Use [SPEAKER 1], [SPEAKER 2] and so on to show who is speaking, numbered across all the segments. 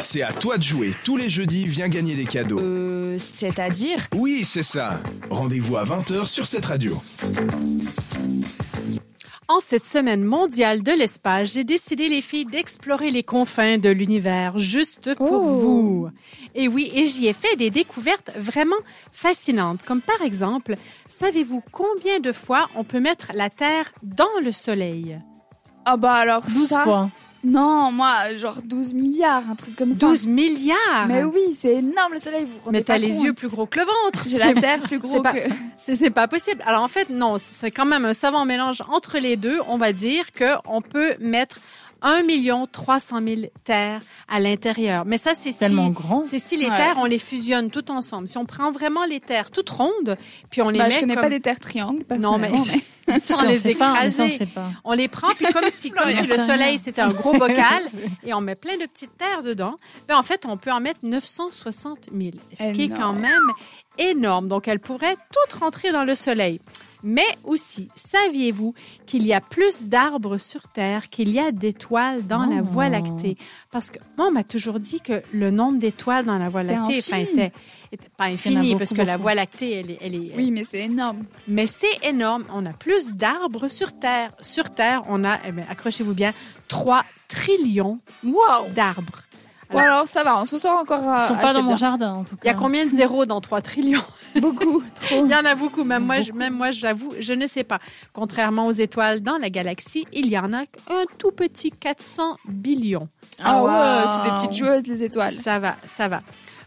[SPEAKER 1] C'est à toi de jouer. Tous les jeudis, viens gagner des cadeaux.
[SPEAKER 2] Euh, c'est-à-dire
[SPEAKER 1] Oui, c'est ça. Rendez-vous à 20h sur cette radio.
[SPEAKER 3] En cette semaine mondiale de l'espace, j'ai décidé, les filles, d'explorer les confins de l'univers juste pour
[SPEAKER 2] Oh.
[SPEAKER 3] vous. Et oui, et j'y ai fait des découvertes vraiment fascinantes, comme par exemple, savez-vous combien de fois on peut mettre la Terre dans le Soleil?
[SPEAKER 4] Ah bah alors
[SPEAKER 5] 12
[SPEAKER 4] ça...
[SPEAKER 5] fois.
[SPEAKER 4] Non, moi, genre 12 milliards, un truc comme ça.
[SPEAKER 3] 12 milliards!
[SPEAKER 4] Mais oui, c'est énorme le soleil, vous vous rendez
[SPEAKER 3] Mais t'as
[SPEAKER 4] pas
[SPEAKER 3] les
[SPEAKER 4] compte.
[SPEAKER 3] yeux plus gros que le ventre.
[SPEAKER 4] J'ai la terre plus gros
[SPEAKER 3] C'est pas-
[SPEAKER 4] que...
[SPEAKER 3] C'est c'est pas possible. Alors en fait, non, c'est quand même un savant mélange entre les deux. On va dire que on peut mettre 1 million 300 000 terres à l'intérieur. Mais ça, c'est si,
[SPEAKER 5] Tellement grand.
[SPEAKER 3] c'est si les
[SPEAKER 4] Ouais.
[SPEAKER 3] terres, on les fusionne toutes ensemble. Si on prend vraiment les terres toutes rondes, puis on les
[SPEAKER 4] Bah,
[SPEAKER 3] met
[SPEAKER 4] je connais
[SPEAKER 3] comme-
[SPEAKER 4] pas des terres triangles,
[SPEAKER 3] Non, mais-
[SPEAKER 4] personnellement,
[SPEAKER 3] sans les
[SPEAKER 5] sait pas, on
[SPEAKER 3] écraser.
[SPEAKER 5] s'en sait pas.
[SPEAKER 3] on les prend, puis comme si, comme si le
[SPEAKER 5] Florian.
[SPEAKER 3] soleil, c'était un gros bocal, et on met plein de petites terres dedans, ben en fait, on peut en mettre 960 000, ce qui est
[SPEAKER 4] Énorme.
[SPEAKER 3] quand même énorme. Donc, elles pourraient toutes rentrer dans le soleil. Mais aussi, saviez-vous qu'il y a plus d'arbres sur Terre qu'il y a d'étoiles dans la
[SPEAKER 5] Oh.
[SPEAKER 3] Voie lactée? Parce que moi, on m'a toujours dit que le nombre d'étoiles dans la Voie
[SPEAKER 4] C'est
[SPEAKER 3] lactée enfin,
[SPEAKER 4] infini.
[SPEAKER 3] était, était pas infini,
[SPEAKER 5] beaucoup,
[SPEAKER 3] parce que la
[SPEAKER 5] beaucoup.
[SPEAKER 3] Voie lactée, elle est, elle est-
[SPEAKER 4] Oui, mais c'est énorme.
[SPEAKER 3] mais c'est énorme. On a plus d'arbres sur Terre. Sur Terre, on a, eh bien, accrochez-vous bien, 3 trillions
[SPEAKER 4] Wow.
[SPEAKER 3] d'arbres.
[SPEAKER 4] Ou alors ça va, on se sort encore
[SPEAKER 5] Ils
[SPEAKER 4] à...
[SPEAKER 5] sont pas dans mon jardin, en tout
[SPEAKER 3] Ah, Il y
[SPEAKER 5] cas.
[SPEAKER 3] a combien de zéros dans 3 trillions?
[SPEAKER 4] Beaucoup, trop.
[SPEAKER 3] Il y en a beaucoup. Même moi, je- même moi, j'avoue, je ne sais pas. Contrairement aux étoiles dans la galaxie, il y en a un tout petit 400 billions.
[SPEAKER 4] Ah
[SPEAKER 5] wow.
[SPEAKER 4] ouais, c'est des petites joueuses, les étoiles.
[SPEAKER 3] Ça va, ça va.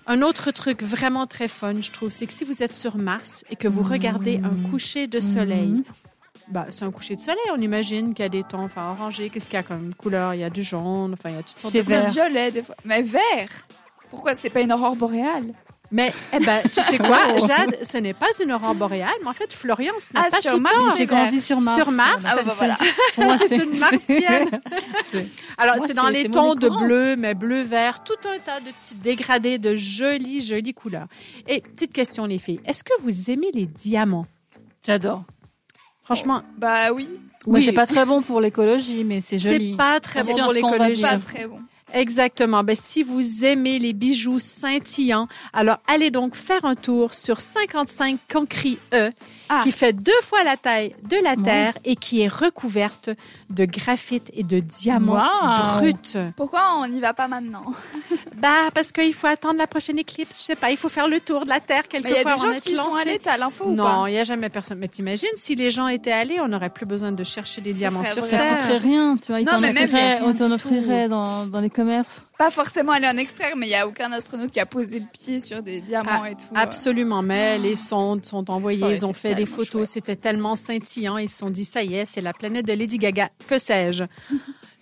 [SPEAKER 3] Un autre truc vraiment très fun, je trouve, c'est que si vous êtes sur Mars et que vous regardez un coucher de soleil,
[SPEAKER 5] Mhm.
[SPEAKER 3] bah, c'est un coucher de soleil, on imagine qu'il y a des tons enfin, orangés, qu'est-ce qu'il y a comme couleur Il y a du jaune, enfin, il y a toutes sortes
[SPEAKER 5] C'est
[SPEAKER 3] de
[SPEAKER 5] vert.
[SPEAKER 3] couleurs.
[SPEAKER 4] Même violet, des fois. Mais vert Pourquoi c'est pas une aurore boréale
[SPEAKER 3] Mais, eh ben, tu sais quoi, Jade, ce n'est pas une aurore boréale, mais en fait, Florian, ce n'est
[SPEAKER 4] Ah,
[SPEAKER 3] pas
[SPEAKER 4] sur
[SPEAKER 3] tout le
[SPEAKER 4] Mars,
[SPEAKER 3] temps.
[SPEAKER 4] c'est
[SPEAKER 5] J'ai grandi sur Mars.
[SPEAKER 3] Sur Mars,
[SPEAKER 4] ah, bah, voilà.
[SPEAKER 5] Pour moi,
[SPEAKER 3] C'est une martienne.
[SPEAKER 5] c'est-
[SPEAKER 3] Alors,
[SPEAKER 5] Moi,
[SPEAKER 3] c'est dans
[SPEAKER 5] c'est-
[SPEAKER 3] les
[SPEAKER 5] c'est mon
[SPEAKER 3] tons de
[SPEAKER 5] écran.
[SPEAKER 3] bleu, mais bleu, vert, tout un tas de petits dégradés de jolies, jolies couleurs. Et petite question, les filles, est-ce que vous aimez les diamants?
[SPEAKER 5] J'adore.
[SPEAKER 3] Franchement,
[SPEAKER 4] Bah oui,
[SPEAKER 5] Oui,
[SPEAKER 3] Oui.
[SPEAKER 5] c'est pas très bon pour l'écologie, mais c'est
[SPEAKER 3] c'est
[SPEAKER 5] joli.
[SPEAKER 3] pas très bon
[SPEAKER 5] Conscience
[SPEAKER 3] pour
[SPEAKER 5] qu'on va
[SPEAKER 3] l'écologie.
[SPEAKER 4] pas
[SPEAKER 5] Bien.
[SPEAKER 4] très bon.
[SPEAKER 3] Exactement. Ben, si vous aimez les bijoux scintillants, alors allez donc faire un tour sur 55 Concris E,
[SPEAKER 4] Ah.
[SPEAKER 3] qui fait deux fois la taille de la
[SPEAKER 5] Ouais.
[SPEAKER 3] Terre et qui est recouverte de graphite et de diamants
[SPEAKER 5] Wow.
[SPEAKER 3] bruts.
[SPEAKER 4] Pourquoi on n'y va pas maintenant
[SPEAKER 3] Bah, parce qu'il faut attendre la prochaine éclipse, je sais pas, il faut faire le tour de la Terre
[SPEAKER 4] Mais Bah, il y
[SPEAKER 3] quelquefois
[SPEAKER 4] a des
[SPEAKER 3] avant
[SPEAKER 4] gens
[SPEAKER 3] d'être
[SPEAKER 4] qui sont
[SPEAKER 3] lancé.
[SPEAKER 4] allés, t'as l'info ou pas
[SPEAKER 3] non, il n'y a jamais personne. Mais t'imagines, si les gens étaient allés, on n'aurait plus besoin de chercher des diamants
[SPEAKER 4] serait
[SPEAKER 3] sur
[SPEAKER 4] vrai.
[SPEAKER 5] Ça
[SPEAKER 3] Terre.
[SPEAKER 5] coûterait rien, tu vois. Ils
[SPEAKER 4] Non,
[SPEAKER 5] t'en
[SPEAKER 4] mais même, y a
[SPEAKER 5] offriraient,
[SPEAKER 4] rien
[SPEAKER 5] on t'en
[SPEAKER 4] du
[SPEAKER 5] offrirait dans, dans les commerces.
[SPEAKER 4] Pas forcément aller en extraire, mais il n'y a aucun astronaute qui a posé le pied sur des diamants et tout. euh.
[SPEAKER 3] Absolument, mais les sondes sont envoyées,
[SPEAKER 4] Ça aurait
[SPEAKER 3] ils ont
[SPEAKER 4] été
[SPEAKER 3] fait des
[SPEAKER 4] tellement
[SPEAKER 3] photos,
[SPEAKER 4] chouette.
[SPEAKER 3] c'était tellement scintillant, ils se sont dit ça y est, c'est la planète de Lady Gaga, que sais-je.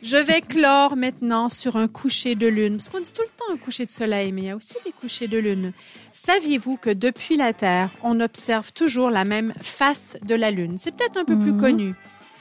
[SPEAKER 3] Je vais clore maintenant sur un coucher de lune, parce qu'on dit tout le temps un coucher de soleil, mais il y a aussi des couchers de lune. Saviez-vous que depuis la Terre, on observe toujours la même face de la lune C'est peut-être un peu plus
[SPEAKER 5] Mhm.
[SPEAKER 3] connu.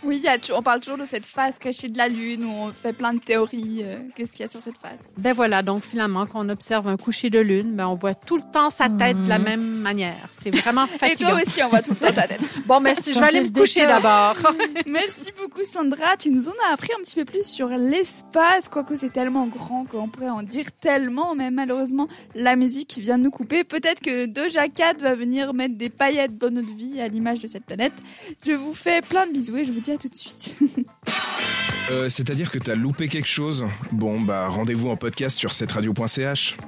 [SPEAKER 4] Oui, il y a tu- on parle toujours de cette face cachée de la Lune où on fait plein de théories. euh, Qu'est-ce qu'il y a sur cette face
[SPEAKER 3] Ben voilà, donc finalement, quand on observe un coucher de lune, ben on voit tout le temps sa tête de la
[SPEAKER 5] Mhm.
[SPEAKER 3] même manière. C'est vraiment
[SPEAKER 4] Et
[SPEAKER 3] fatigant.
[SPEAKER 4] toi aussi, on voit tout ça dans ta tête.
[SPEAKER 3] Bon, ben je vais aller me
[SPEAKER 5] Changer de
[SPEAKER 3] coucher
[SPEAKER 5] décor.
[SPEAKER 3] d'abord.
[SPEAKER 4] Merci beaucoup, Sandra. Tu nous en as appris un petit peu plus sur l'espace, quoique c'est tellement grand qu'on pourrait en dire tellement, mais malheureusement, la musique vient de nous couper. Peut-être que Doja Cat va venir mettre des paillettes dans notre vie à l'image de cette planète. Je vous fais plein de bisous et je vous dis à tout de suite.
[SPEAKER 1] Euh, C'est-à-dire que t'as loupé quelque chose Bon, bah rendez-vous en podcast sur cette radio.ch.